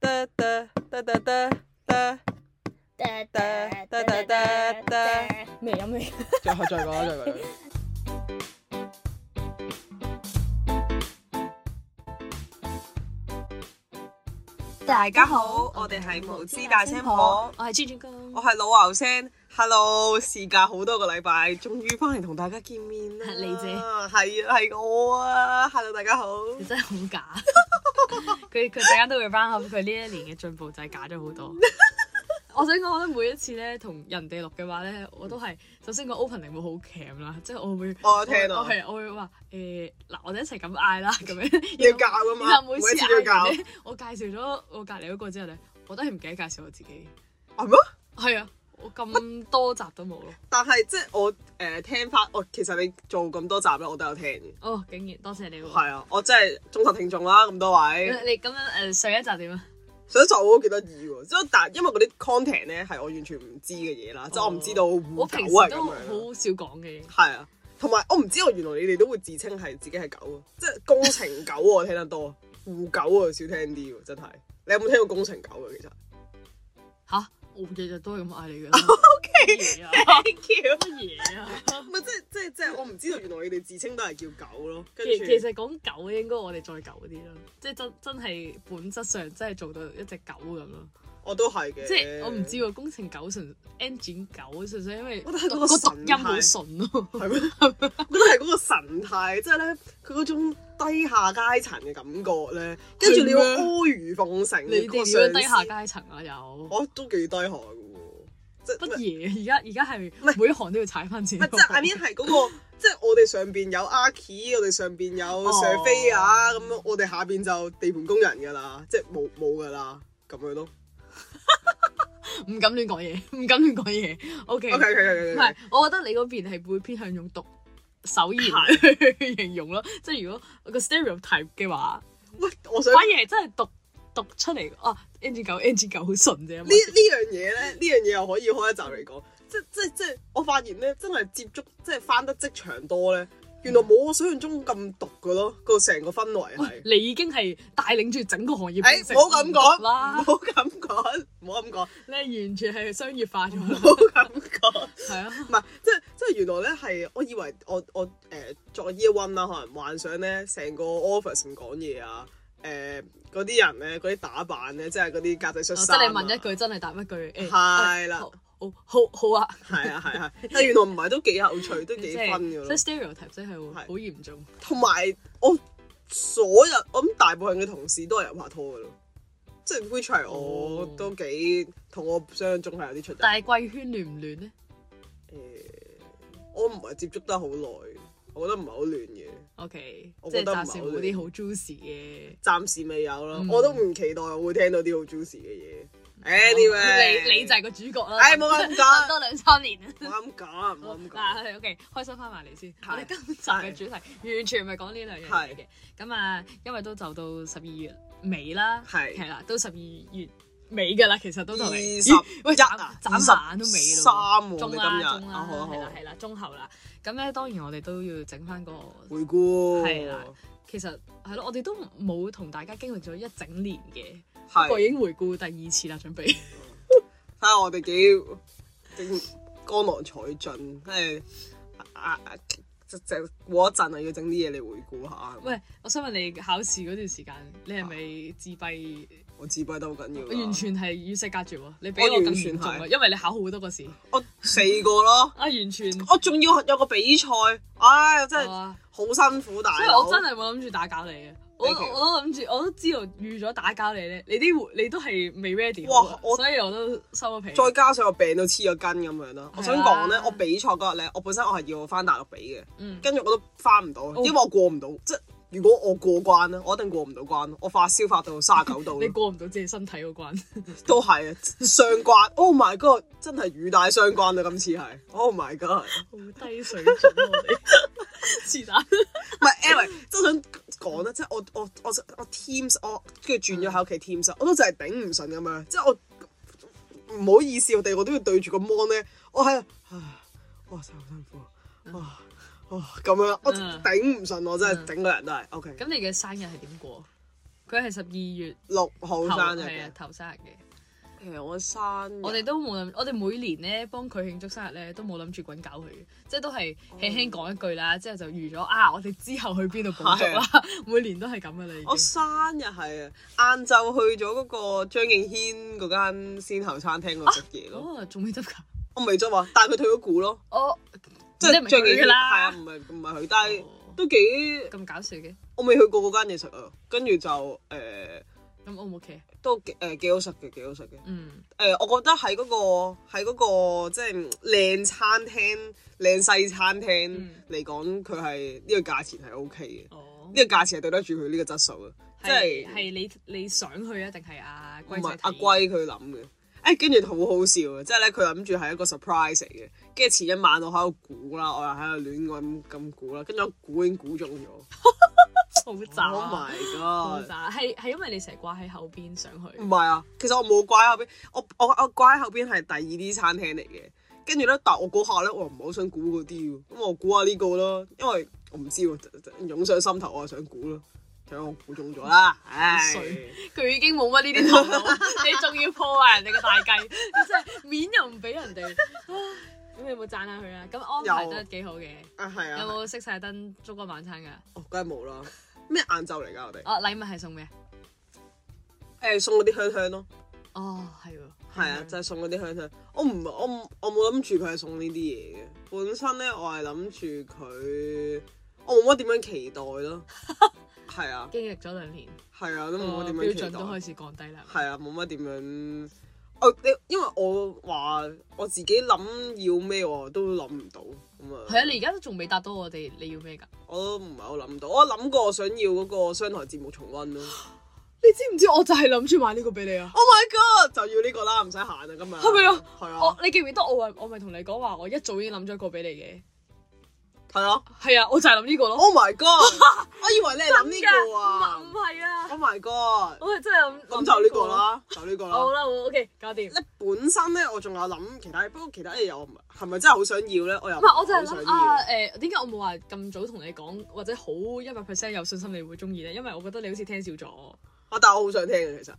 哒哒哒哒哒哒，哒哒哒哒哒哒未飲未？再再講啦，再講。大大家好，我哋係無知大聲婆，哦我係豬豬哥。我係老牛聲。Hello，事隔好多個禮拜，終於翻嚟同大家見面啦。係你姐係啊，係我啊。Hello，大家好。你真係 好假。佢佢大家都會 round up 佢呢一年嘅進步就係假咗好 多。我想講咧，每一次咧同人哋錄嘅話咧，我都係首先個 opening 會好 cam 啦，即係我會嗯我有聽啊我係我會話誒嗱，我哋一齊咁嗌啦咁樣。 你要教噶嘛然後每每一次次都要嗌教完咧，我介紹咗我隔離嗰個之後咧，我都係唔記得介紹我自己。係咩？係啊，我咁多集都冇咯。 但係即係我誒、呃、聽翻，我其實你做咁多集咧，我都有聽嘅。哦，竟然多謝你喎。係啊，我真係忠實聽眾啦，咁多位。你咁樣誒上一集點啊？上一集我都幾得意喎，即係但因為嗰啲 content 咧係我完全唔知嘅嘢啦，即係我唔知道我護平時狗係都啊咁好樣啦，少講嘅嘢。係啊，同埋我唔知道原來你哋都會自稱係自己係狗啊，即係工程狗啊我聽得多，護狗啊少聽啲喎，真係。你有冇聽過工程狗啊？其實吓，我日日都係咁嗌你㗎啦。O K，乜嘢啊？ ，thank you。乜嘢啊？唔係即係即係即係我唔知道原來你哋自稱都係叫狗咯，跟其住其實講狗應該我哋再狗啲咯，即係真真係本質上真係做到一隻狗咁咯。我都係嘅。即係我唔知喎，工程狗純 engine 狗純粹因為我覺得係嗰個讀神音好態順咯。係咩？我覺得係嗰個神態，即係咧佢嗰種低下階層嘅感覺咧，跟住你要係咩阿諛奉承。你哋點樣低下階層啊？有我都幾低下嘅喎，即係乜嘢？而家而家係係每一行都要踩翻自己唔係個即步。係 I mean 係嗰個， 即係我哋上邊有阿 Key，我哋上邊有哦 s u r v e y 啊，咁樣我哋下邊就地盤工人㗎啦，即係冇冇㗎啦，咁樣咯。唔敢亂講嘢，唔敢亂講嘢。O OK K，OK 嗯唔 OK 係，我覺得你嗰邊係會偏向用讀手言去 形容咯。即係如果個 stereotype 嘅話，喂，我想反呢而係真係讀讀出嚟哦 N G 九 N G 九好順啫。啊呢樣嘢咧，呢樣嘢又可以開一集嚟講。即即即我發現咧，真係接觸即係翻得職場多咧，原來冇我想象中咁毒嘅咯，個成個氛圍係。你已經係帶領住整個行業變誒，成唔好咁講，唔讀啦好！咁講，唔好咁講，你係完全係商業化 咗啦唔，好咁講。係啊，唔係，即係即係原來咧係，我以為我我誒、呃作 year one 啦，可能幻想咧成個 office 唔講嘢啊，誒嗰啲人咧嗰啲打扮咧，即係嗰啲格仔即恤衫、哦啊係你問一，句真係答一句誒，哎係啦好好好啊，係啊係 啊，但原來唔係都幾有趣，都即幾係分即噶咯係。stereotype 真係會係好嚴重。同埋我所有我諗大部分嘅同事都係有拍拖噶咯，即係 which 係我哦都幾同我想象中係有啲出入。但係貴圈亂唔亂咧？誒、我唔係接觸得好耐，我覺得唔係好亂嘅。 O K，我即係覺得唔係暫時好冇亂啲好 juicy 嘅。暫時未有咯，嗯我都唔期待我會聽到啲好 juicy 嘅嘢。Anyway，哎你你就係個主角啦。唉冇咁講等 多兩三年啊。唔好咁講，唔好咁講。嗱，OK，開心翻埋嚟先。係我哋今集嘅主題完全唔係講呢兩樣嘢嘅。咁啊，因為都就到十二月尾啦，係係啦，都十二月尾㗎啦，其實都就二嚟。十咦喂，眨啊眨下眼都尾三咯。喎，中你啦，今中日啦啊，好啊好係啊，啦係啦，中後啦。咁咧，當然我哋都要整翻個回顧係啦其實係咯，我哋都冇同大家經歷咗一整年嘅，不過已係經回顧第二次啦，準備。睇下我哋幾正江郎才盡，係啊啊！就就過一陣啊，要整啲嘢嚟回顧下。喂，我想問你考試嗰段時間，你係啊咪自閉？我自閉得好緊要啊㗎，完全係與世隔絕喎！你比我啊我完更全嚴重啊，係因為你考好多個試我四個咯，啊，完全。我仲要有個比賽，唉，真係哇好辛苦，大所以佬。我真係冇諗住打攪你嘅，我我 Thank you 都諗住，我都知道預咗打攪你咧，你啲你都係未 ready 哇好啊我所以我都收咗皮。再加上我病到黐咗筋咁樣啦。我想講咧係啊，我比賽嗰日咧，我本身我係要翻大陸比嘅，嗯，哦跟住我都翻唔到，因為我過唔到。即係如果我過關咧，我一定過唔到關。我發燒發到三十九度你過唔到自己身體嗰關，都係啊，上關。Oh my god！真係語帶相關啊，今次係。Oh my god！好低水準啊我哋。 是但，唔係 anyway，真想講咧，即係我我我我 Teams，我跟住轉咗喺屋企 Teams，我都啊就係頂唔順咁樣，即係我唔好意思，我哋我都要對住個 mon 咧，我喺度，唉哇真係好辛苦，哇哇咁樣，我嗯頂唔順，我真係整個人都係 OK。咁你嘅生日係點過？佢係十二月六號頭生日係啊嘅。頭生日嘅。其實我生日我哋都冇諗，我哋每年咧幫佢慶祝生日咧都冇諗住滾搞佢嘅，即係都係輕輕講一句啦，哦之後就預咗啊，我哋之後去邊度補足啦， 每年都係咁嘅啦已啊我經。生日係啊，晏晝去咗嗰個張敬軒嗰間先頭餐廳嗰度食嘢咯。哦，仲未執㗎，我未執啊，但係佢退咗股咯，我即係唔係張敬佢軒㗎係啊，啦，唔係唔係佢，但係哦都幾咁搞笑嘅，我未去過嗰間嘢食啊。跟住就誒、呃咁 O 唔 OK？都幾誒幾好食嘅，幾好食嘅。嗯，誒、我覺得喺嗰、個喺嗰、個即係嗯靚餐廳、靚西餐廳嗯嚟講，佢係呢個價錢係 O K 嘅，呢、哦，個價錢係對得住佢呢個質素嘅，即係係係你你想去啊，定係阿唔龜係仔阿龜？龜佢諗嘅。誒，跟住好好笑嘅，即係咧佢諗住係一個 surprise 嚟嘅，跟住前一晚我喺度估啦，我又喺度亂咁咁估啦，跟住我估已經估中咗好渣啊，Oh my 好 god！渣，係係因為你成日掛喺後邊上去。唔係啊，其實我冇掛喺後邊，我我我掛喺後邊係第二啲餐廳嚟嘅。跟住咧，但我嗰下咧，我唔係好想估嗰啲喎，咁我估下呢個咯，因為我唔知喎，湧上心頭，我係想估咯。睇下我估中咗啦，唉，水佢已經冇乜呢啲頭腦， 你仲要破壞人哋嘅大計，你真係面又唔俾人哋。唉咁你有冇讚下佢啊？咁安排有得幾好嘅，啊係有啊，冇熄晒燈燭光晚餐㗎？哦，梗係冇啦。咩晏晝嚟㗎我哋？哦，禮物係送咩？誒送嗰啲香香咯，哦，係喎，係啊，就係送嗰啲香香。我唔我唔我冇諗住佢係送呢啲嘢嘅，本身咧我係諗住佢，我冇乜點樣期待 咯。係啊經歷咗兩年，係啊，都冇乜個點樣哦標期準都待開。始降低啦。係啊，冇乜點樣。我你因為我話我自己諗要咩我都諗唔到咁啊。係啊，你而家都仲未答到我哋你要咩㗎？我都唔係好諗到。我諗過我想要嗰個商台節目重温咯。你知唔知我就係諗住買呢個俾你啊？ Oh my god！就要呢個啦，唔使行啊今日。係咪啊？係我啊，你記唔記得我話我咪同你講話我一早已經諗咗一個俾你嘅？係啊。係啊，我就係諗呢個咯。 Oh my god！我 以為你係諗呢個唔啊。係啊， Oh my god！我係真係諗咁就呢個。啦，就呢個啦。好啦，好 OK，搞掂。咧本身咧，我仲有諗其他嘢，不過其他嘢又唔係咪真係好想要咧？我又唔唔係，我就係係好想諗要啊，誒點解我冇話咁早同你講，或者好一百 percent 有信心你會中意咧？因為我覺得你好似聽少咗。啊，但我好想聽嘅其實。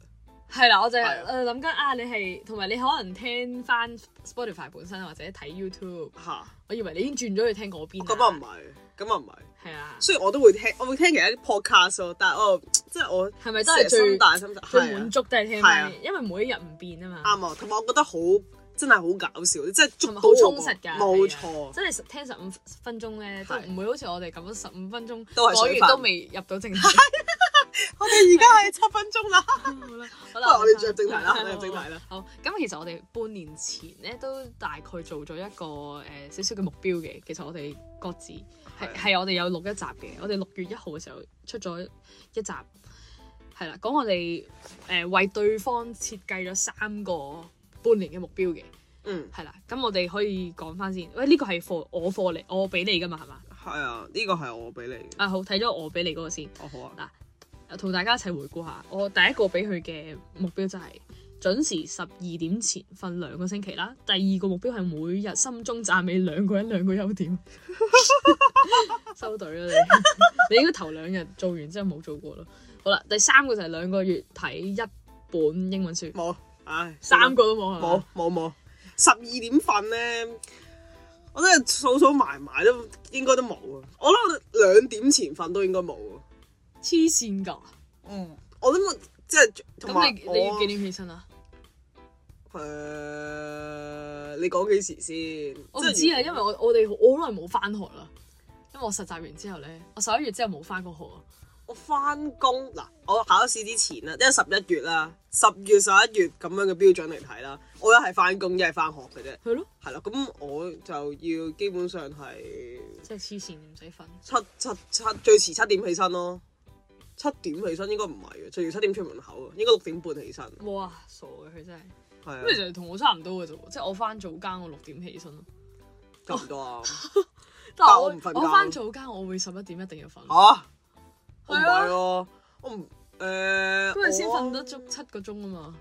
係啦，我就係係誒啊諗緊啊，你係同埋你可能聽翻 Spotify 本身或者睇 YouTube，嚇。我以為你已經轉咗去聽嗰邊啦。咁啊唔係，咁啊唔係。係啊，雖然我都會聽，我會聽其他啲 podcast 咯，但係我即係我係咪真係心最大心大，最係啊滿足都係聽係啊翻，因為每一日唔變啊嘛。啱啊。同埋我覺得好真係好搞笑，即係捉同到埋好充實㗎，我個冇係錯。啊真係聽十五分鐘咧，都係唔會好似我哋咁樣十五分鐘都係水講完都分未入到正題。我哋而家係七分鐘啦，好不如我哋翻進入正題啦好進入正題啦。好，好咁其實我哋半年前咧都大概做咗一個誒少少嘅目標嘅。其實我哋各自係係係我哋有錄一集嘅。我哋六月一號嘅時候出咗一集，係啦，講我哋誒、呃、為對方設計咗三個半年嘅目標嘅。 嗯，係啦，咁我哋可以講翻先。喂，呢、個係貨我貨嚟，我俾你噶嘛，係嘛？係啊，呢個係我俾你嘅。啊，好睇咗我俾你嗰個先，哦好啊，同大家一齊回顧下。我第一個俾佢嘅目標就係、準時十二點前瞓兩個星期啦。第二個目標係每日心中讚美兩個人兩個優點。 收隊啦你， 你應該頭兩日做完之後冇做過咯。好啦，第三個就係兩個月睇一本英文書，冇，唉，三個都冇係冇嘛？冇冇，十二點瞓咧。我真係數數埋埋都應該都冇啊！我諗我兩點前瞓都應該冇啊！黐線㗎！嗯，我諗我即係同咁埋你你要我幾點起身啊？誒、你講幾時先？我唔知啊，即係因為我我哋我好耐冇翻學啦，因為我實習完之後咧，我十一月之後冇翻過學啊。我翻工嗱，我考試之前啦，即係十一月啦，十月十一月咁樣嘅標準嚟睇啦，我一係翻工，一係翻學嘅啫，係咯，係啦，咁我就要基本上係即係黐線唔使瞓。七七七最遲七點起身咯，七點起身應該唔係嘅，最遲七點出門口啊，應該六點半起身，哇，傻嘅佢真係，咁其係啊，實同我差唔多嘅啫喎，即係我翻早間我六點起身咯，差唔多 啊，但係我我唔瞓覺哦我翻早間我會十一點一定要瞓，嚇，我唔係係啊咯，我唔誒，因為先我瞓得足七個鐘啊嘛。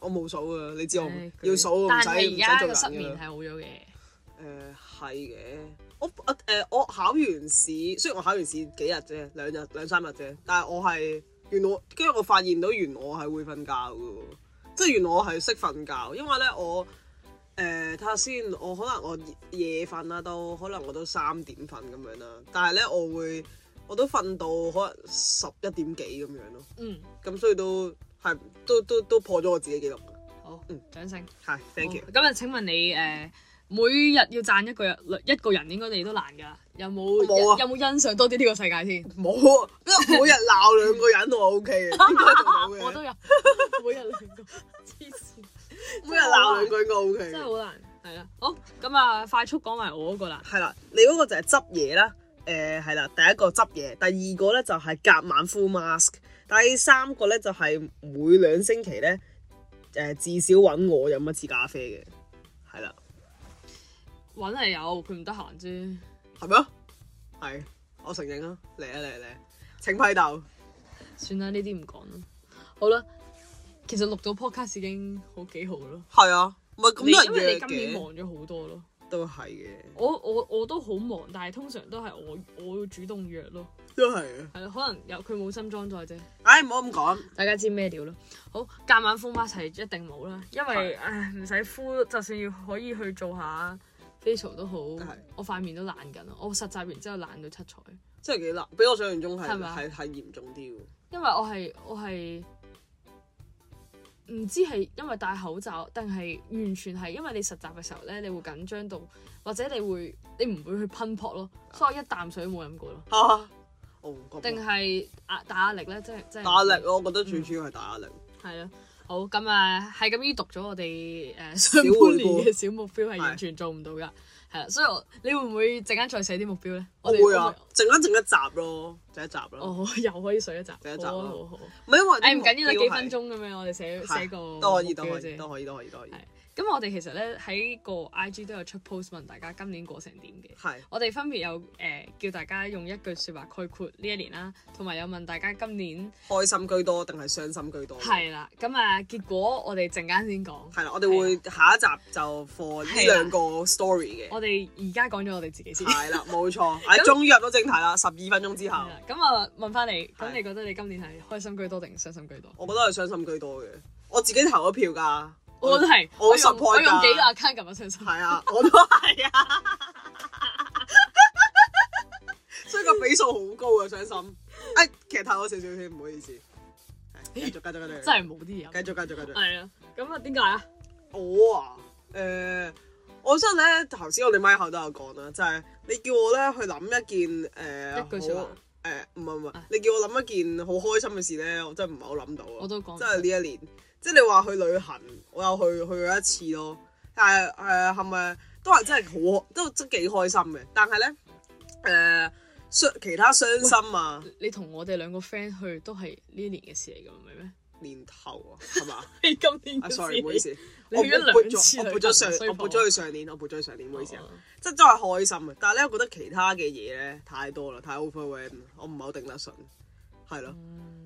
我冇數啊，你知我唔唉佢要數，唔但使係唔你使而家做個失人眠㗎係啦。好咗誒嘅，係嘅，我誒、我考完試，雖然我考完試幾日啫，兩日兩三日啫，但係我係原來我跟住我發現到原來我係會瞓覺嘅喎，即係原來我係識瞓覺，因為咧我誒睇下先，我可能我夜瞓啦，都可能我都三點瞓咁樣啦，但係咧我會我都瞓到可能十一點幾咁樣咯，嗯，咁所以都係都都都破咗我自己記錄，好嗯，掌聲。係 thank you 好。咁啊，請問你誒、呃每日要讚一個人，一個人應該你都難㗎，有冇冇啊有冇欣賞多啲呢個世界先？冇啊，因為每日鬧兩個人我 OK 嘅，應該做 我到都嘅。有，每日兩個，黐線，每日鬧兩句應該 OK 真嘅。係好難，係啦。好，咁啊，快速講埋我嗰個啦。係啦，你嗰個就係執嘢啦，誒係啦，第一個執嘢，第二個咧就係隔晚 full mask，第三個咧就係每兩星期咧誒、至少揾我飲一次咖啡嘅，係啦，揾係有，佢唔得閒啫。係咪啊？係，我承認啊，嚟啊嚟啊嚟啊，請批鬥，算啦，呢啲唔講啦。好啦，其實錄到 podcast 已經好幾好咯。係啊，唔係你咁因多為人你今年嘅，忙咗好多咯。都係嘅，我我我都好忙，但係通常都係我我要主動約咯。都係啊，係咯，可能有佢冇心裝載啫。唉唔好咁講，大家知咩料咯？好，夾晚敷 mask 係一定冇啦，因為唉唔使敷，就算要可以去做下 facial 都好係，我塊面都爛緊啦。我實習完之後爛到七彩，真係幾難，比我想象中係係咪啊係係嚴重啲喎。因為我係我係唔知係因為戴口罩，定係完全係因為你實習嘅時候咧，你會緊張到，或者你會你唔會去噴撲咯，所以我一啖水都冇飲過咯。嚇、啊，我唔覺定得係嗯壓打壓力咧，即係即係打壓力咯，我覺得最主要係打壓力。係咯，好咁啊，係咁依讀咗我哋誒、呃上小回半年顧嘅小目標係完全做唔到噶，係啦，所以我你會唔會陣間再寫啲目標咧？我哋會啊，陣間整一集咯，整一集咯，哦， 又可以上一集，寫一集好啊啦 好啊好啊。唔係因為誒唔緊要啲啦，目標幾分係鐘咁樣，我哋寫係寫個都可以，目都標可以，啫都可以，都可以，都可以係，咁我哋其實咧喺個 IG 都有出 post 問大家今年過成點嘅。係我哋分別有誒、呃叫大家用一句説話概括呢一年啦，同埋有問大家今年開心居多定係傷心居多？係啦，咁啊結果我哋陣間先講。係啦，我哋會啊下一集就 for 呢係啦兩個 story 嘅，我哋而家講咗我哋自己先。係 啦，冇錯，係終於入到正題啦，十二分鐘之後係，啦咁啊，問翻你，咁係你覺得你今年係開心居多定傷心居多？我覺得係傷心居多嘅，我自己投咗票㗎，我都係，我我用 support 我用㗎幾個 account 撳咗傷心。係啊，我都係啊， 所以個比數好高啊，傷心。誒，其實太咗少少添，唔好意思。係繼續，繼續，繼續。真係冇啲嘢。繼續，繼續，繼續。係啊，咁啊，點解啊？我啊，誒，我真係咧，頭先我哋咪後都有講啦，就係你叫我咧去諗一件誒，一句説話好啊誒，唔係唔係啊，你叫我諗一件好開心嘅事咧，我真係唔係好諗到啊。我都講唔真係呢一年，即係你話去旅行，我有去去咗一次咯。但係誒係咪都係真係好都真幾開心嘅？但係咧誒傷其他傷心啊，你同我哋兩個 friend 去都係呢年嘅事嚟㗎，唔 係咩？年頭啊，係嘛？係今年啊嘅事。 ，sorry，唔好意，思，你我我去咗兩撥咗次我旅撥咗行上衰我婆撥咗佢上年，我撥咗佢上年，唔好意思啊。哦即係都係開心嘅，但係咧，我覺得其他嘅嘢咧太多啦，太 overwhelm，啦我唔係好頂得順，係咯。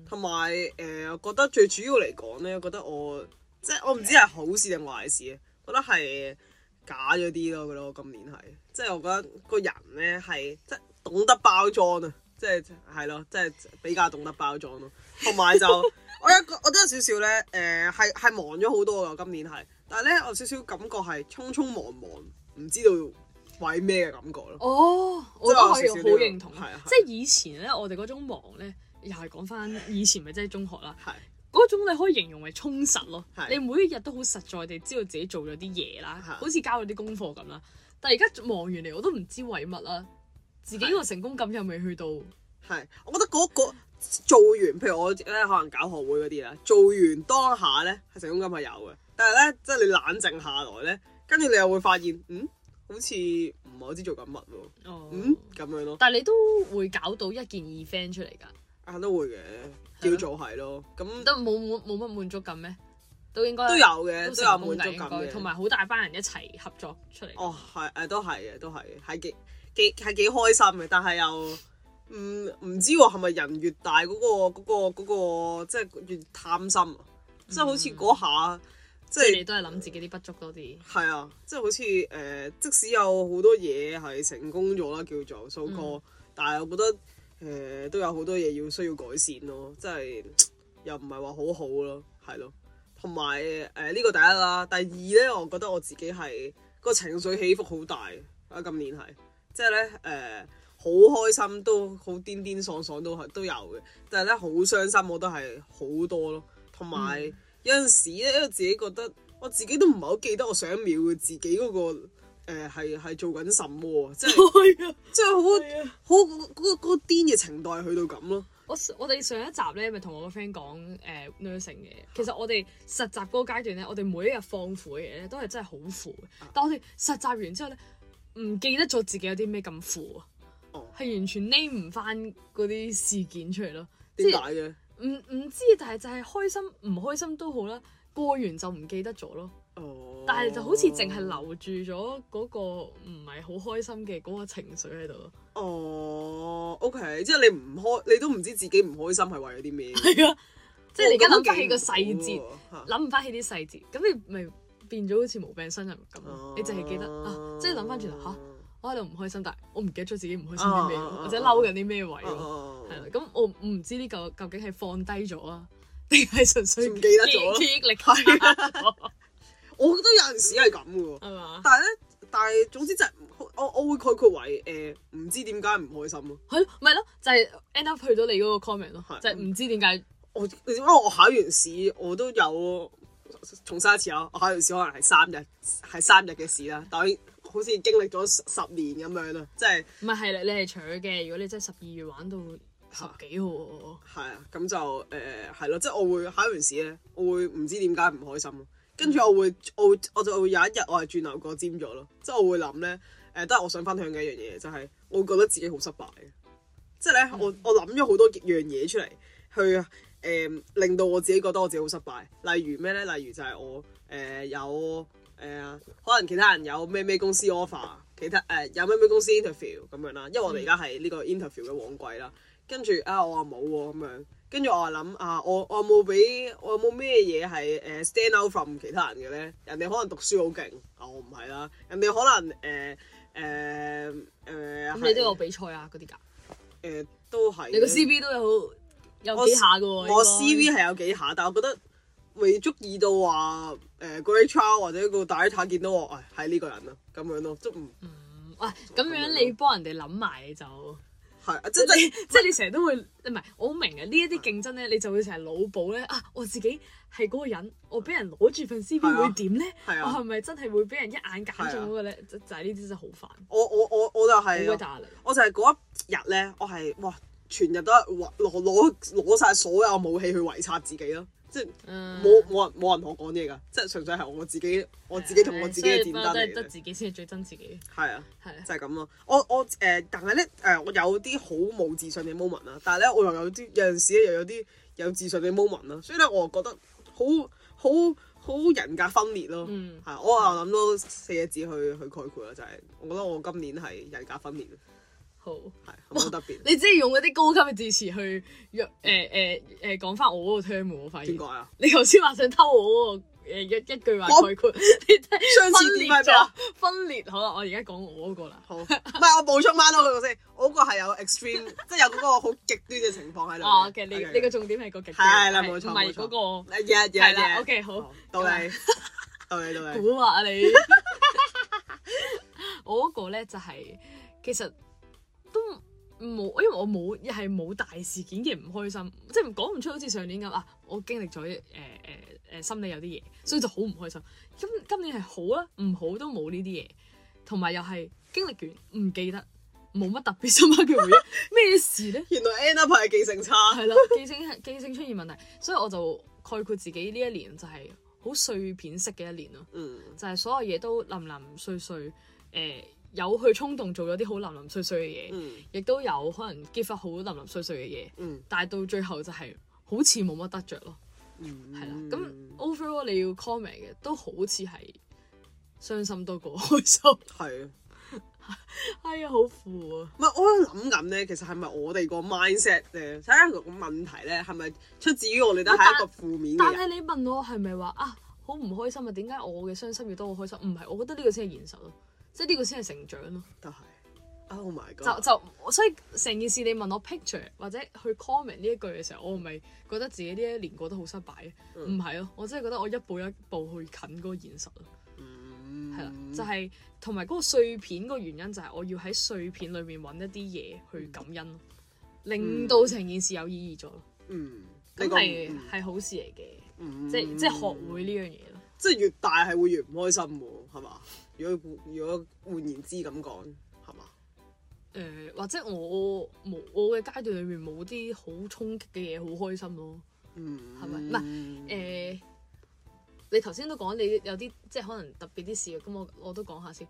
同埋誒，我覺得最主要嚟講咧，我覺得我即係我唔知係好事定壞事啊，覺得係假咗啲咯，我覺得我今年係，即係我覺得個人咧係即係懂得包裝啊，即係係咯，即係比較懂得包裝咯，同埋就我有一個我都有少少咧誒係係忙咗好多噶，今年係，但係咧我有少少感覺係匆匆忙忙，唔知道為咩嘅感覺咯，哦，我都可以即係我有少少好呢個認同，係啊係即係以前咧，我哋嗰種忙咧，又係講翻以前咪即係中學啦。係嗰種你可以形容為充實咯，係你每一日都好實在地知道自己做咗啲嘢啦，係好似交咗啲功課咁啦。但係而家忙完嚟，我都唔知為乜啦，自己個成功感又未去到，係，我覺得嗰、個做完，譬如我咧可能搞學會嗰啲啦，做完當下咧係成功感係有嘅，但係咧即係你冷靜下來咧，跟住你又會發現，嗯，好似唔係好知做緊乜喎，哦嗯咁樣咯，但係你都會搞到一件 event 出嚟㗎，啊都會嘅，係叫咯做係咯，咁都冇冇冇乜滿足感咩？都應該都有嘅，都有成功滿㗎足應感該嘅，同埋好大班人一齊合作出嚟。哦係誒都係嘅，都係嘅，係幾幾係幾開心嘅，但係又。唔唔知喎，係咪人越大嗰、個嗰、個嗰、個即係越貪心啊？即係好似嗰下，即即係係你都係諗自己啲不足多啲。係啊，即係好似誒、呃即使有好多嘢係成功咗啦，叫做蘇哥，但係我覺得誒、都有好多嘢要需要改善咯，即係又唔係話好好咯，係咯。同埋誒呢個第一啦，第二咧，我覺得我自己係個情緒起伏好大啊！今年係即係咧誒，好、開心都好癲癲喪喪都係都有嘅，但係咧好傷心我都係好多咯。同埋、有陣時咧，因為自己覺得我自己都唔係好記得我上一秒自己嗰、個。誒係係做緊什麼 喎？即係即係啊好好嗰嗰嗰癲嘅程度係去到咁咯。我我哋上一集咧，咪同我個 friend 講誒 nursing 嘅。其實我哋實習嗰個階段咧，我哋每一日放苦嘅嘢咧，都係真係好苦嘅。但我哋實習完之後咧，唔記得咗自己有啲咩咁苦啊哦，係完全匿唔翻嗰啲事件出嚟咯。即點解係嘅？唔唔知，但係就係開心唔開心都好啦，過完就唔記得咗咯。哦，但係就好似淨係留住咗嗰個唔係好開心嘅嗰個情緒喺度咯。哦，OK，即係你唔開，你都唔知自己唔開心係為咗啲咩。哦係啊， 即係你而家諗緊翻起個細節。節，諗唔翻起啲細節，咁你咪變咗好似無病呻吟咁哦咯。你淨係記得啊，即係諗翻轉頭嚇，我喺度唔開心，但係我唔記得咗自己唔開心啲咩哦哦喎，哦或者嬲緊啲咩位喎，哦係啦。咁我我唔知呢個究竟係放低咗啊，定係純粹唔記得咗啊記憶力差咗我覺得有陣時係咁嘅喎，係嘛？但係咧，但係總之就係我我會概括為誒唔知點解唔開心咯。係咯，咪咯，就係 end up 去到你嗰個 comment 咯係，就係唔知點解我你知唔知我考完試我都有重申一次啊！我考完試可能係三日係三日嘅事啦，但我已好似經歷咗十十年咁樣啦，即係唔係係啦，你係搶嘅。如果你真係十二月玩到十幾號喎，係啊，咁就誒係咯，即係我會考完試咧，我會唔知點解唔開心咯，跟住我會我會我就會有一日我係轉牛角尖咗咯，即係我會諗咧誒，都係我想分享嘅一樣嘢，就係、我會覺得自己好失敗嘅，即係咧嗯我我諗咗好多樣嘢出嚟去。誒、令到我自己覺得我自己好失敗。例如咩咧？例如就係我誒、有誒、可能其他人有咩咩公司 offer，其他誒、有咩咩公司 interview 咁樣啦。因為嗯我哋而家係呢個 interview 嘅旺季啦。跟住啊，我話冇喎咁樣。跟住我話諗啊，我我有冇俾我有冇咩嘢係誒 stand out from 其他人嘅咧？人哋可能讀書好勁，啊我唔係啦。人哋可能誒誒誒，咁你都係有比賽啊嗰啲㗎，誒都係你個嘅 CV 都有有我幾下㗎喎。我應該 CV 係有幾下，但我覺得未足以到話誒個 HR 或者個 director 見到我，誒係呢個人啦咁樣咯，即唔嗯喂，咁樣你幫人哋諗埋你就， 係啊即即即係即係你成日都會，唔係我好明啊嘅呢一啲競爭咧，你就會成日腦補咧啊！我自己係嗰個人，我俾人攞住份係 CV 啊會點咧？我係啊係咪真係會俾人一眼揀中係啊嗰個咧？就就係呢啲真係好煩，好我我我我就鬼係啊大壓力。啊我就係嗰一日咧，我係哇全日都係哇攞攞攞曬所有武器去圍殺自己咯，即嗯冇冇人冇人同我講嘢㗎，即係純粹係我自己我自己同我自己嘅戰所以不過爭都嚟係得嘅，自己先係最憎自己，係啊。係啊就係咁咯。我我誒、呃但係咧誒，我有啲好冇自信嘅 moment 啦，但係咧我又有啲有陣時咧又有啲有自信嘅 moment 啦，所以咧我覺得好好好人格分裂咯。嗯係，啊我又諗到四個字去去概括啦，就係、我覺得我今年係人格分裂，啊好。係好特別。你只係用嗰啲高級嘅字詞去約誒誒誒講翻我嗰個 term 喎我發現點解。啊？你頭先話想偷我嗰個誒一一句話我概括，你真係相似分點係裂咩啊咗，分裂好啦，我而家講我嗰個啦。好， 唔係我補充翻多佢個先，我嗰個係有 extreme，即 係有嗰個好極端嘅情況喺度。哦，OK，你 OK，你個重點係個極係端，啦係冇錯唔冇錯係嗰個 Yeah, yeah, 係啦 yeah。 OK，好，啊到你， 到你，到你。 估啊你。我嗰個咧就係其實都冇，因為我冇又係冇大事件嘅唔開心，即係講唔出好似上年咁啊！我經歷咗誒誒誒心理有啲嘢，所以就好唔開心。咁今年係好啦，唔好都冇呢啲嘢，同埋又係經歷完唔記得，冇乜特別深刻嘅回憶，咩事咧？原來 end up 係記性差。係啦，記性記性出現問題，所以我就概括自己呢一年就係好碎片式嘅一年咯，嗯。就係、所有嘢都林林碎碎，誒、有去衝動做咗啲好林林碎碎嘅嘢，嗯亦都有可能 give up 好林林碎碎嘅嘢，嗯但係到最後就係好似冇乜得着咯，嗯，係啦。咁 overall 你要 comment 嘅都好似係傷心多過開心， 係啊，哎呀好苦啊！唔係我喺度諗緊咧，其實係咪我哋個 mindset 咧，睇下個問題咧，係咪出自於我哋都係一個負面但嘅人？係你問我係咪話啊好唔開心啊？點解我嘅傷心要多過開心？唔係，我覺得呢個先係現實咯，即係呢個先係成長咯。都係， Oh my god！就就所以成件事，你問我 picture 或者去 comment 呢一句嘅時候，我唔係覺得自己呢一年過得好失敗，唔嗯係咯，我真係覺得我一步一步去近嗰個現實咯，嗯係啦、就係同埋嗰個碎片個原因就係我要喺碎片裏面揾一啲嘢去嗯感恩咯，令到成件事有意義咗咯，嗯，咁你係講係好事嚟嘅，嗯即係即係學會嗯呢樣嘢咯，即係越大係會越唔開心喎，係嘛？如果如果換言之咁講，係嘛？誒、或者我冇我嘅階段裏面冇啲好衝擊嘅嘢，好開心咯。嗯，係咪唔誒、係你頭先都講你有啲即係可能特別啲事，咁我我都講下先。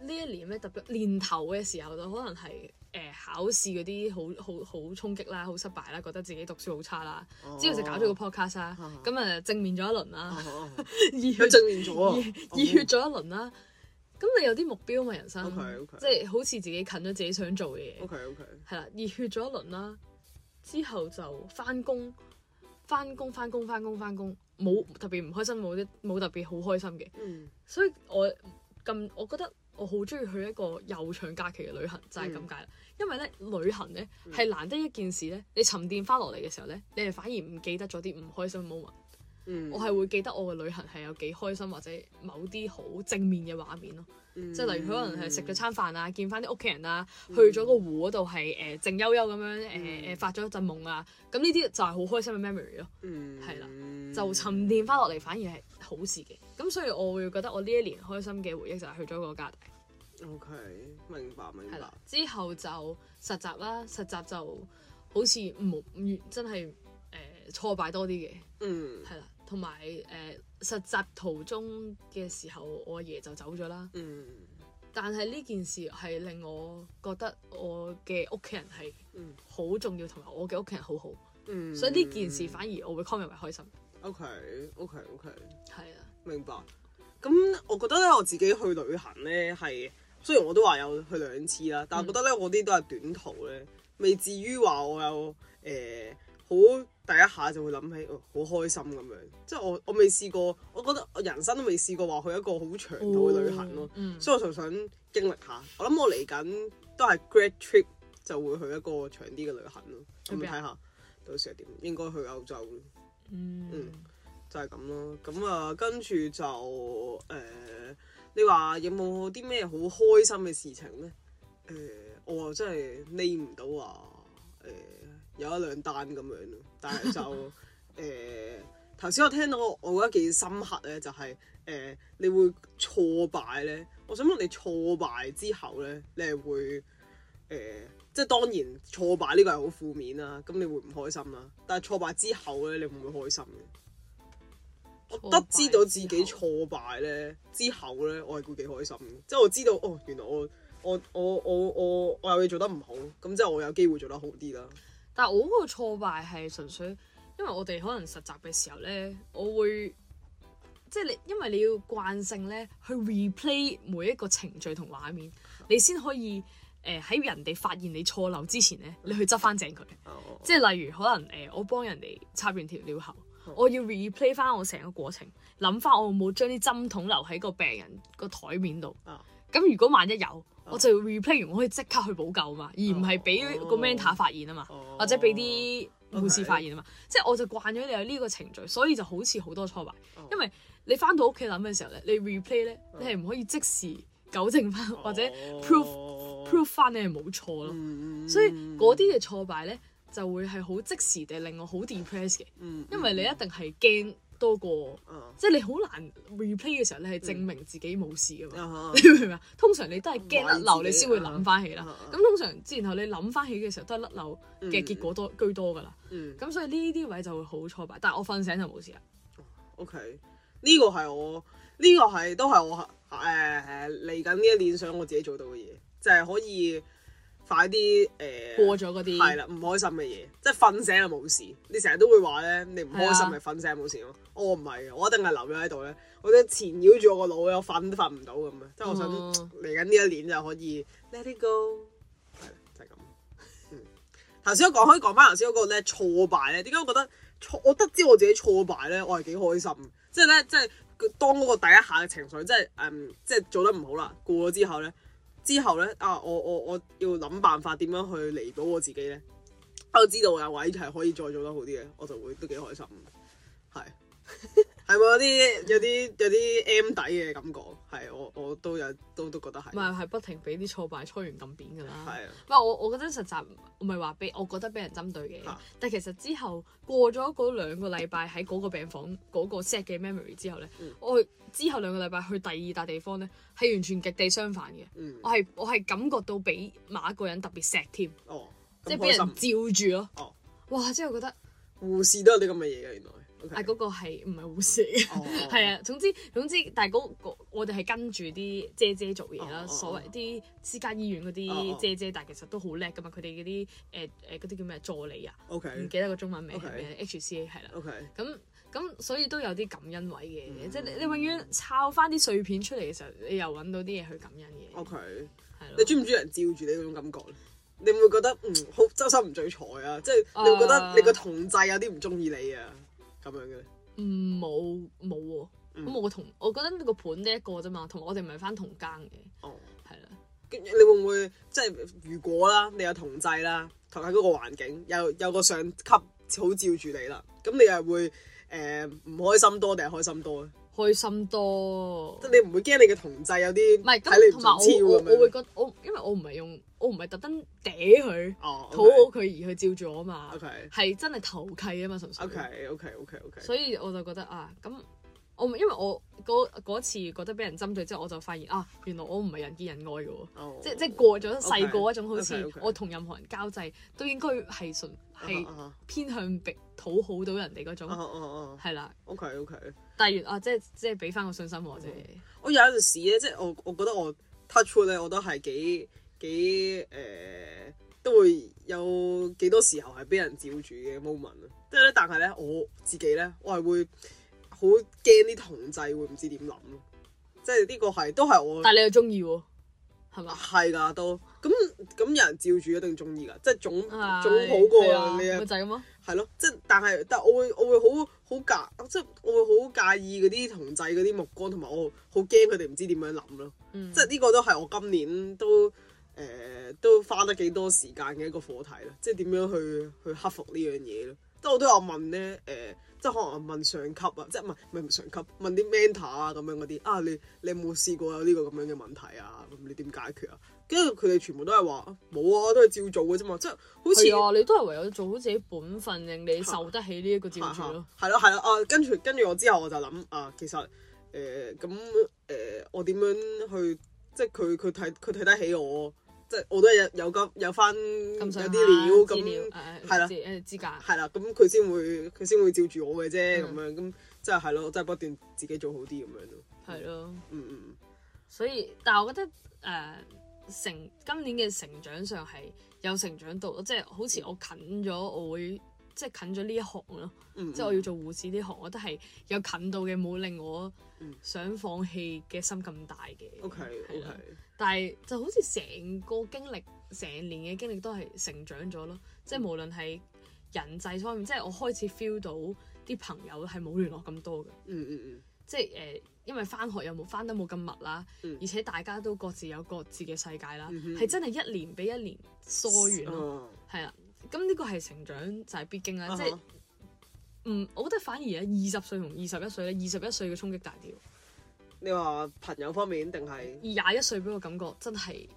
呢一年咧特別年頭嘅時候就可能係誒、考試嗰啲好好好衝擊啦，好失敗啦，覺得自己讀書好差啦，哦之後就搞咗個 podcast 啦啊，咁啊正面咗一輪啦， 熱佢血哦正面咗啊！熱熱血咗一輪啦。咁你有啲目標嘛人生 OK，OK 即係好似自己近咗自己想做嘅嘢。 OK OK，係啦，熱血咗一輪啦，之後就翻工，翻工翻工翻工翻工，冇特別唔開心，冇啲冇特別好開心嘅，嗯所以我咁，我覺得我好中意去一個悠長假期嘅旅行，就係咁解啦。因為咧旅行咧係難得一件事咧，你沉澱翻落嚟嘅時候咧，你係反而唔記得咗啲唔開心嘅 moment，嗯，我係會記得我嘅旅行係有幾開心或者某啲好正面嘅畫面咯。即係例如佢可能係食嗯咗餐飯啊，見翻啲屋企人啊，去咗個湖嗰度係誒靜悠悠咁樣誒誒發咗一陣夢啊，咁呢啲就係好開心嘅 memory 咯，嗯，係啦就沉澱翻落嚟反而係好事嘅，咁所以我會覺得我呢一年開心嘅回憶就係去咗個加拿大， OK，明白明係啦白，，之後就實習啦，實習就好似冇唔真係誒、呃挫敗多啲嘅，嗯係啦，同埋誒實習途中嘅時候，我阿爺就走咗啦。嗯但係呢件事係令我覺得我嘅屋企人係嗯好重要，同埋我嘅屋企人好好，嗯，所以呢件事反而我會 comment 為開心。 OK OK OK。係啊，明白。咁我覺得咧，我自己去旅行咧係，雖然我都話有去兩次啦，嗯但係覺得咧我啲都係短途咧，未至於話我有誒好、第一下就會諗起哦好、開心咁樣。即係我我未試過，我覺得我人生都未試過話去一個好長途嘅旅行咯，嗯，所以我就想經歷下。我諗我嚟緊都係 grad trip 就會去一個長啲嘅旅行咯，去咁睇邊啊下到時係點，應該去歐洲咯。嗯嗯就係咁咯。咁啊，跟住就誒、呃你話有冇啲咩好開心嘅事情咧？誒、我又真係匿唔到話誒有一兩單咁樣咯，但係就誒呃頭先我聽到我我覺得幾深刻咧，就係、呃你會挫敗咧。我想問你挫敗之後咧，你係會誒、呃即係當然挫敗呢個係好負面啦，咁你會唔開心啦。但係挫敗之後咧，你會唔會開心嘅？我得知到自己挫敗咧之後咧，我係會幾開心嘅，即係我知道哦，原來我我我我我我有嘢做得唔好，咁即係我有機會做得好啲啦。但係我嗰個挫敗係純粹因為我哋可能實習嘅時候咧，我會即係你因為你要慣性咧去 replay 每一個程序同畫面，你先可以誒喺、人哋發現你錯漏之前咧，你去執翻正佢。哦哦即係例如可能誒、呃我幫人哋插完條尿喉，我要 replay 翻我成個過程，諗翻我有冇將啲針筒留喺個病人個台面度。啊咁如果萬一有，我就要 replay 完，我可以即刻去補救嘛，而唔係俾個哦 mentor 發現啊嘛，哦或者俾啲護士 OK 發現啊嘛。即係我就慣咗你有呢個程序，所以就好似好多挫敗哦。因為你翻到屋企諗嘅時候咧，你 replay 咧，你係唔可以即時糾正翻哦或者 proof proof 翻你係冇錯咯。嗯所以嗰啲嘅挫敗咧，就會係好即時地令我好 depress 嘅，嗯因為你一定係驚多過，啊即係你好難 replay 嘅時候，你係證明自己冇事噶嘛。啊 你明唔明啊？通常你都係驚甩懷疑自漏，己你先會諗翻起啦啊啊啊。咁通常之然後你諗翻起嘅時候，都係甩漏嘅結果多居多噶啦。嗯咁所以呢啲位就會好挫敗，但係我瞓醒就冇事啦。 OK，呢個係我呢、個係都係我誒嚟緊呢一年想我自己做到嘅嘢，就係、可以快啲誒、呃、過咗嗰啲係啦，唔開心嘅嘢，即係瞓醒就冇事。你成日都會話咧，你唔開心係啊咪瞓醒冇事咯。我唔係嘅，我一定係留咗喺度咧，我都纏繞住我個腦，我瞓都瞓唔到咁樣。即係我想哦嚟緊呢一年就可以 let it go，係啦就係咁。嗯頭先我講開講翻頭先嗰個咧挫敗咧，點解我覺得挫？我得知我自己挫敗咧，我係幾開心。即係咧，即係當嗰個第一下嘅情緒，即係嗯，即係做得唔好啦，過咗之後咧，之後咧啊，我我我要諗辦法點樣去彌補我自己咧。我知道有位係可以再做得好啲嘅，我就會都幾開心。係 係咪有啲有啲有啲 M 底嘅感覺？係我我都有都都覺得係。唔啊係係不停俾啲挫敗搓完揼扁㗎啦。係啊，唔係我我嗰陣實習，唔係話俾我覺得俾人針對嘅，啊但其實之後過咗嗰兩個禮拜喺嗰個病房嗰、個 set 嘅 memory 之後咧，嗯我去之後兩個禮拜去第二笪地方咧，係完全極地相反嘅。嗯我，係我係感覺到俾某一個人特別錫添，哦，即咁係俾人開心。照住咯。哦哇！之後覺得啊護士都有啲咁嘅嘢嘅，原來。OK 嗰、個係唔係護士嚟嘅？哦， 係啊，總之總之，但係嗰、嗰我哋係跟住啲姐姐做嘢啦，哦哦哦所謂啲私家醫院嗰哦啲哦姐姐，但係其實都好叻噶嘛，佢哋嗰啲誒誒嗰啲叫咩助理啊， ，OK 唔記得個中文名 OK 係咩，HCA 係啦， OK，咁咁所以都有啲感恩位嘅，嗯即係你你永遠抄翻啲碎片出嚟嘅時候，你又揾到啲嘢去感恩嘅， OK。係哦你咯。中唔中意人照住你嗰種感覺咧？你會唔會覺得嗯好周身唔聚財啊？即係你會覺得啊你個同濟有啲唔中意你啊咁樣嘅咧？嗯冇冇喎，嗯咁我同我覺得個盤得一個啫嘛，同我哋唔係翻同間嘅，哦，係啦。跟住你會唔會即係如果啦，你有同濟啦，同喺嗰個環境有有個上級好照住你啦，咁你又會誒唔、開心多定係開心多咧？開心多即，係你唔會驚你嘅同濟有啲唔係睇咁，你唔準同埋我我超咁我會樣？覺得我，因為我唔係用，我唔係特登嗲佢，哦討好佢而去照住我啊嘛， ，OK 係真係投契啊嘛，純粹。 OK OK OK OK，所以我就覺得啊，咁我因為我嗰嗰次覺得俾人針對之後，我就發現啊，原來我唔係人見人愛嘅喎。哦即即過咗細個 OK，嗰種，好似 OK，OK 我同任何人交際都應該係純係啊啊偏向被討好到人哋嗰啊啊種，啊係啦。 OK OK。但係原啊，即係即係俾翻個信心我啫。我有陣時咧，即係我我覺得我 touch wood 咧，我都係幾幾誒、呃都會有幾多時候係俾人照住嘅 moment 啊。即係咧，但係咧我自己咧，我係會好驚啲同濟會唔知點諗咯。即係呢個係都係我但係你又中意喎，係嘛？係㗎都咁咁有人照住一定中意㗎，即係總總唉好過係啊你啊咪就係咁咯。係咯，即係但係，但係我會我會好好介，即係我會好介意嗰啲同濟嗰啲目光，同埋我好驚佢哋唔知點樣諗咯。嗯即係呢個都係我今年都誒、呃都花得幾多時間嘅一個課題啦，即係點樣去去克服呢樣嘢咯。即係我都有問咧誒、呃即係可能問上級啊，即係唔係唔係唔上級，問啲 mentor 啊咁樣嗰啲啊，你你有冇試過有呢個咁樣嘅問題啊？咁你點解決啊？跟住佢哋全部都係話啊冇啊，都係照做嘅啫嘛，即係好似係。啊，你都係唯有做好自己本分，令你受得起呢一個照住咯。係咯係咯，啊跟住跟住我之後我就諗啊，其實誒咁誒，我點樣去即係佢佢睇佢睇得起我，即係我都有有咁有翻嗯有咁啲上下料資料啊咁，係啦係啦，誒資格係啦，咁佢先會佢先會照住我嘅啫，咁嗯樣咁即係係咯，即係不斷自己做好啲咁樣咯，係咯。嗯嗯所以，但係我覺得誒、成今年嘅成長上係有成長到，即係好似我近咗，我會即係近咗呢一行咯。嗯，即係我要做護士呢行，我覺得係有近到嘅，冇令我嗯想放棄嘅心咁大嘅。 OK 係 OK 啦但係就好似成個經歷，成年嘅經歷都係成長咗咯。即係嗯無論係人際方面，即係我開始 feel 到啲朋友係冇聯絡咁多嘅，嗯嗯嗯即係誒、呃因為翻學又冇翻得冇咁密啦，嗯而且大家都各自有各自嘅世界啦，嗯哼係、真係一年比一年疏遠咯，哦係啦、咁呢個係成長就係必經啦，啊即係嗯，我覺得反而咧二十歲同二十一歲咧，二十一歲嘅衝擊大啲喎，你話朋友方面定係而廿一歲俾我感覺真係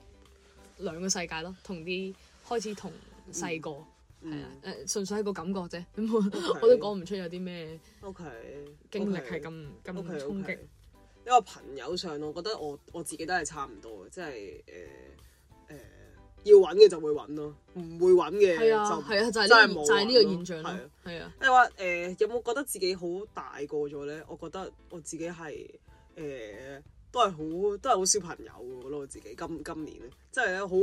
兩個世界咯，同啲開始同細個係啊嗯誒，純粹係個感覺啫，咁我 OK 我都講唔出有啲咩 OK 經歷 OK 係咁 O 咁 K 衝 O 擊 K，。因為朋友上，我覺得我我自己都係差唔多嘅，即係誒誒要揾嘅就會揾咯，唔會揾嘅係啊就係啊，就係真係呢個冇就係呢個玩咯現係象咯啊，係啊，你話誒、呃有冇覺得自己好大個咗咧？我覺得我自己係誒、呃都係好都係好小朋友嘅，我覺得我自己今今年咧，即係咧好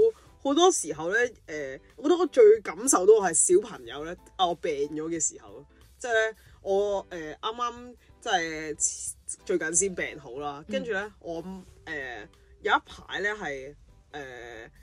好多時候咧誒、呃我覺得我最感受到我係小朋友咧，啊我病咗嘅時候，即係咧我誒啱啱即係最近先病好嗯啦，跟住咧我誒、呃有一排咧係。誒、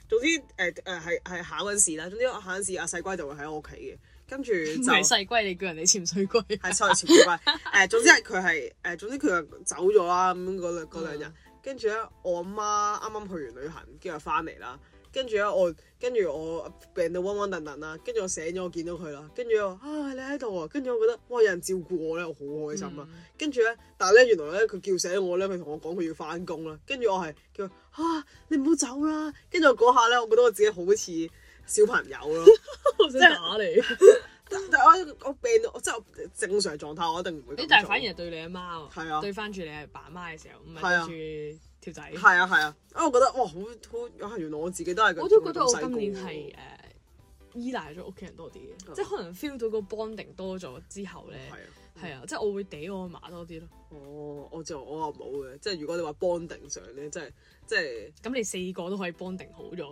總之誒誒係係考緊試啦，總之我考緊試，阿細龜就會喺我屋企嘅，跟住 唔就係細龜，你叫人哋潛水龜， 係 sorry 前輩，誒總之係佢係誒總之佢就走咗啦咁嗰兩嗰兩日嗯，跟住咧我阿媽啱啱去完旅行，跟住翻嚟啦。跟住咧我跟住我病到昏昏沌沌啦，跟住我醒咗，我見到佢啦，跟住我啊你喺度啊，跟住我覺得哇有人照顧我咧，我好開心嗯啦。跟住咧，但係咧原來咧佢叫醒我咧，佢同我講佢要翻工啦，跟住我係叫佢啊你唔好走啦，跟住我嗰下咧，我覺得我自己好似小朋友咯。 我想打你，但但我我病到我真係我正常狀態，我一定唔會咁做。你但係反而係對你阿媽喎，係啊對翻住你係爸媽嘅時候，唔係啊係對住條仔。係啊係啊，啊我覺得哇好好啊，原來我自己都係咁。我都覺得我今年咁細個係誒呃喎依賴咗屋企人多啲嘅，嗯即係可能 feel 到個 bonding 多咗之後咧係，啊。係啊，即係我會嗲我阿嫲多啲咯。哦，我就我又冇嘅，即係如果你話 bonding 上咧，即係即係咁你四個都可以 bonding 好咗啊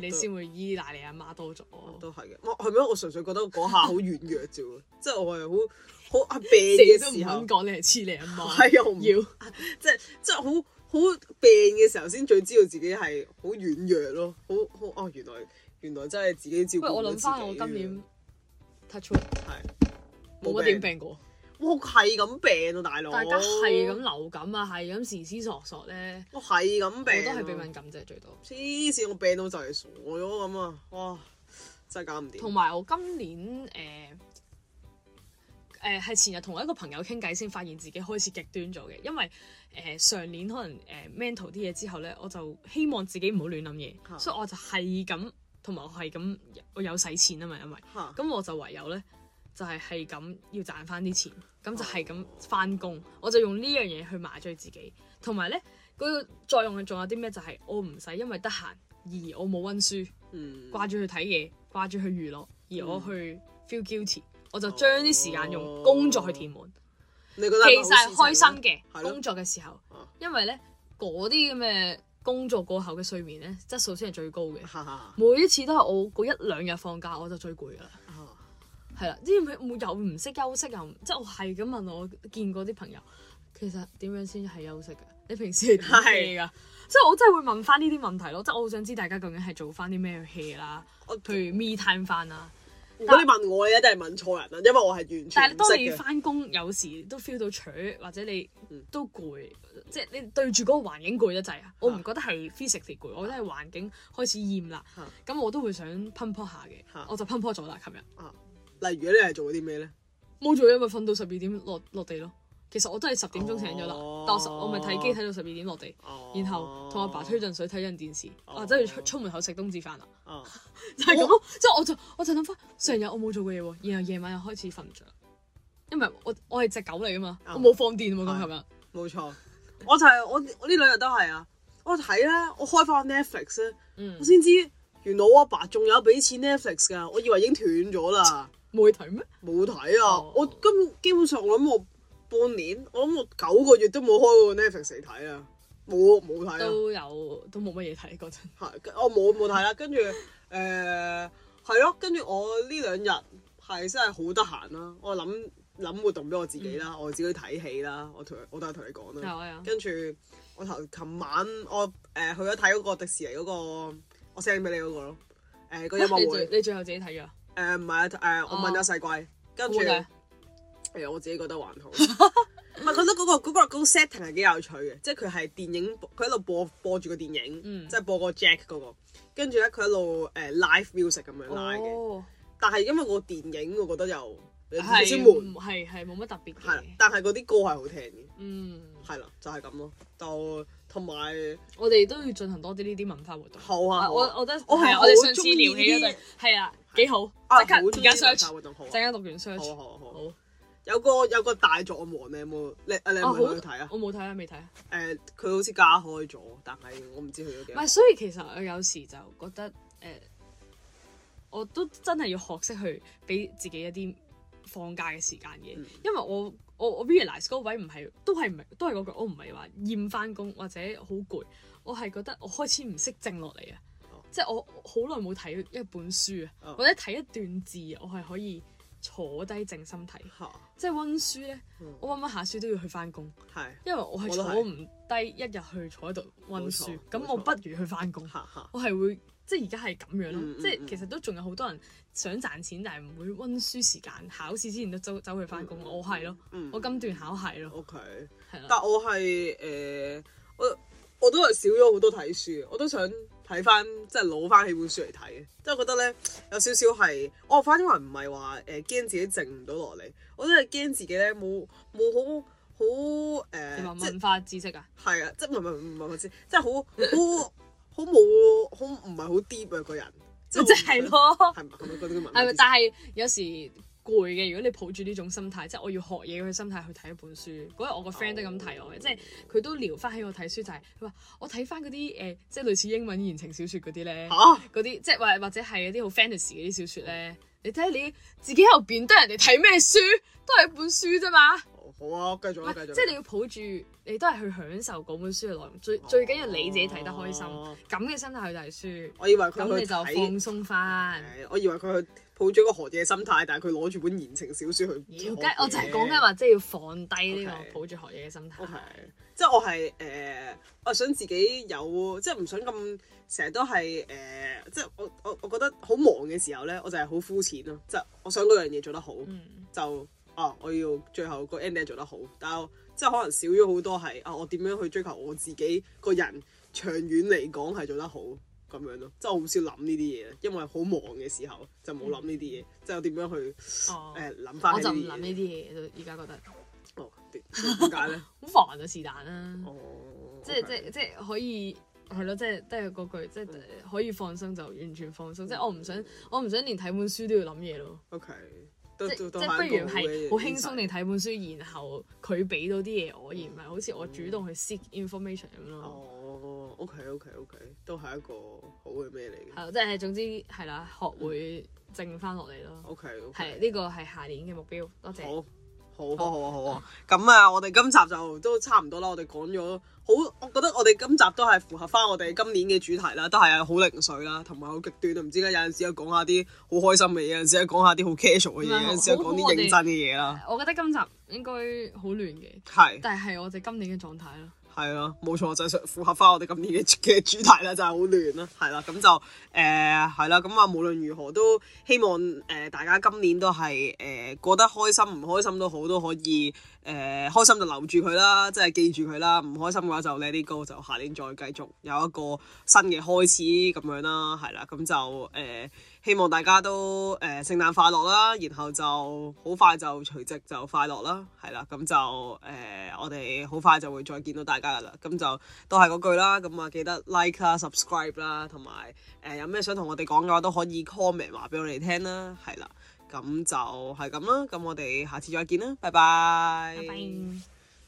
對你先會依賴你阿媽多咗。哦都係嘅。我係咪我純粹覺得嗰下好軟弱啫喎，即係我係好 好啊病四嘅個都唔時候肯，講你係黐你阿 媽，係啊，我唔要即係即係好好病嘅時候先最知道自己係好軟弱咯，好好哦原來原來真係自己照不顧過唔我到諗自己翻我今年 touch wood，冇冇乜點病過，我係咁病啊大佬，大家係咁流感啊，係咁時思索索咧，我係咁我都病啊，係鼻敏感啫最多。黐線，我病到就嚟傻咗咁啊！哇，真係搞唔掂。同埋我今年誒誒係前日同一個朋友傾偈先發現自己開始極端咗嘅，因為誒、呃上年可能誒、呃 mental 啲嘢之後咧，我就希望自己唔好亂諗嚇嘢，所以我就係咁，同埋我係咁，我有使錢啊嘛，因為嚇咁我就唯有咧就係係咁要賺翻啲錢，咁就係咁翻工，我就用呢樣嘢去麻醉自己，同埋咧嗰個作用係仲有啲咩？就係、我唔使因為得閒而我冇温書。嗯掛住去睇嘢，掛住去娛樂，而我去 feel guilty，我就將啲時間哦用工作去填滿。你覺得其係咪實好係事啊開心嘅係咯工作嘅時候啊，因為咧嗰啲咁嘅工作過後嘅睡眠咧，質素先係最高嘅。哈哈每一次都係我嗰一兩日放假我就最攰㗎啦，啊係啦，啲咩又唔識休息又唔即係我係咁問我見過啲朋友，其實點樣先係休息㗎？你平時係點 hea 㗎？即係我真係會問翻呢啲問題咯，即係我好想知大家究竟係做翻啲咩去 hea 啦。我 譬如 me time 翻啦，如果你問我，你一定係問錯人啦，因為我係完全但係唔當識你嘅。翻工有時都 feel 到攰，或者你嗯都攰，即係你對住嗰個環境攰得滯啊！我唔覺得係 physically 攰，我覺得係環境開始厭啦嚇。咁我都會想奔波下嘅嚇，我就奔波咗啦。琴日例如你係做咗啲咩咧？冇做嘢，咪瞓到十二點落落地咯。其實我都係十點鐘醒咗啦哦，但我十我咪睇機睇到十二點落地，哦然後同阿爸吹咗。陣水睇陣電視，哦啊，跟住出出門口食冬至飯啦，哦就係咁咯。即係我就我就諗翻成日我冇做過嘢喎，然後夜晚又開始瞓唔着，因為我我係只狗嚟噶嘛，啱我冇放電喎，咁琴日。冇錯，我就係我我呢兩日都係啊！我睇咧，我開翻 Netflix 咧，嗯我，先知原來我阿爸仲有俾錢 Netflix 㗎，我以為已經斷咗啦。冇去睇咩？冇睇啊！哦我今基本上我諗我半年，我諗我九個月都冇開過 Netflix 嚟睇啊，冇冇睇啊，都有都冇乜嘢睇嗰陣。係跟我冇冇睇啦。跟住誒係咯，跟住我呢兩日係真係好得閒啦，我諗諗活動俾我自己嗯啦，我自己睇戲啦，我同我都係同你講有啦。啊有。跟住我頭琴晚我誒、呃去咗睇嗰個迪士尼嗰、個，我 send 俾你嗰個咯，誒、個音 你樂最哦會你最後自己睇咗啊？誒唔係啊誒、我問咗細貴，跟好住。嘅，誒啊我自己覺得還 好，唔係覺得嗰、個嗰、個嗰個 setting 係幾有趣嘅，即係佢係電影佢喺度播播住個電影，嗯即係播個 Jack 嗰、個，跟住咧佢喺度誒 live music 咁樣拉嘅，哦，但係因為個電影我覺得又有係少少悶，唔係係冇乜特別係啦嘅，。但係嗰啲歌係好聽嘅，嗯，係啦，就係咁咯，就同埋我哋都要進行多啲呢啲文化活動。好啊，啊我我覺得我係係啊好我哋上次鍾意聊起嗰呢對係啊，幾好，啊即刻好中而意家文 search，化活動好啊陣，間讀完好啊 search。好啊好啊，好有個有個大作王你有冇你啊你有啊好，冇去睇啊？我冇睇啊，未睇啊。誒佢好似加開咗，但係我唔知佢有幾唔多係，所以其實我有時就覺得誒、呃我都真係要學識去俾自己一啲放假嘅時間嘅，嗯因為我我我 realize 嗰個位唔係都係唔係都係嗰句，我唔係話厭翻工或者好攰，我係覺得我開始唔識靜落嚟啊哦！即係我好耐冇睇一本書啊，哦或者睇一段字，啊我係可以坐低靜心睇。嚇，即係温書咧嗯，我温温下書都要去翻工，係。因為我係我都係坐唔低一日去坐喺度温冇書錯，咁冇我錯不如去翻工。嚇嚇，我係會即係而家係咁樣咯，嗯嗯即嗯係其實都仲有好多人想賺錢，但係唔會温書時間考試之前都走走去翻工。我係咯，嗯我今段考係咯， OK。係啦，但我係誒、呃我我都係少咗好多睇書，我都想睇翻即係攞翻起本書嚟睇，即係覺得咧有少少係，我反而唔係話誒驚自己靜唔到落嚟，我真係驚自己咧冇冇好好誒，即你話係文化知識 啊？係啊，即係唔係唔係唔係唔係即係好好好冇好唔係好 deep 啊個人，即咪即係，咯， 係咪咁樣嗰啲文化係咪？知識但係有時攰嘅，如果你抱住呢種心態，即係我要學嘢嘅心態去睇一本書。嗰日我個 friend 都咁提哦我嘅，即係佢都聊翻起我睇書就係佢話我睇翻嗰啲誒，即係類似英文言情小説嗰啲咧。嚇？嗰啲即係或或者係嗰啲好 fantasy 嗰啲小説咧，你睇下你自己喺度變得人哋睇咩書，都係一本書啫嘛。好啊，繼續唔啊，係繼續啊。即係你要抱住，你都係去享受嗰本書嘅內容，最最緊要你自己睇得開心，哦咁嘅心態去我以為睇書，咁佢你去就睇，放鬆翻。誒我以為佢去抱咗個何嘢心態，但係佢攞住本言情小説去學嘢。妖，梗我就係講緊話，即係要放低呢 OK 個抱住學嘢嘅心我係態。即係我係誒、我想自己有，即係唔想咁成日都係誒、即係我我我覺得好忙嘅時候咧，我就係好膚淺咯，即係我想嗰樣嘢做得好，嗯，就啊我要最後個 ending 做得好，但係我即係可能少咗好多係啊，我點樣去追求我自己個人長遠嚟講係做得好咁樣咯，即係我好少諗呢啲嘢，因為好忙嘅時候就冇諗呢啲嘢，即係我點樣去哦，誒諗翻嗯我起就呢唔啲諗嘢呢啲嘢，都而家覺得哦，點點解咧？好煩啊，是但啦。哦，即係 OK 即係即係可以係咯，即係都係嗰句，即係嗯可以放鬆就完全放鬆。即係我唔想，我唔想連睇本書都要諗嘢咯。 O K，都即哦都都即係係不一如個係嘅好輕鬆 insight 地睇本書，然後佢俾到啲嘢我，而唔係好似我主動去 seek information 咁咯。哦，O K O K O K，都係一個好嘅咩嚟嘅係咯，即係總之係啦，學嗯會靜翻落嚟咯。 ？O K O 係 K，呢個係下年嘅目標。多謝。好。好啊好啊好啊！咁啊，我哋今集就都差唔多啦。我哋講咗好，我覺得我哋今集都係符合翻我哋今年嘅主題啦，都係好零碎啦，同埋好極端啊。唔知點解有陣時又講下啲好開心嘅嘢，有陣時又講下啲好 casual 嘅唔係嘢，有陣時又講好好啲認我哋真嘅嘢啦。我覺得今集應該好亂嘅，係但係係我哋今年嘅狀態咯。係咯，冇錯，就係、想符合翻我哋今年嘅 嘅主題啦，就係好亂啦，係啦，咁就誒係啦，咁啊無論如何都希望誒、呃大家今年都係誒、呃、過得開心唔開心都好都可以誒、呃、開心就留住佢啦，即係記住佢啦，唔開心嘅話就 let it go，就下年再繼續有一個新嘅開始咁樣啦，係啦，咁就誒、呃希望大家都誒、呃、聖誕快樂啦，然後就好快就除夕就快樂啦，係啦，咁就誒、呃我哋好快就會再見到大家噶啦，咁就都係嗰句啦，咁啊記得 like 啦、subscribe 啦，同埋誒有咩想同我哋講嘅話都可以 comment 話俾我哋聽啦，係啦，咁就係咁啦，咁我哋下次再見啦，拜拜拜拜。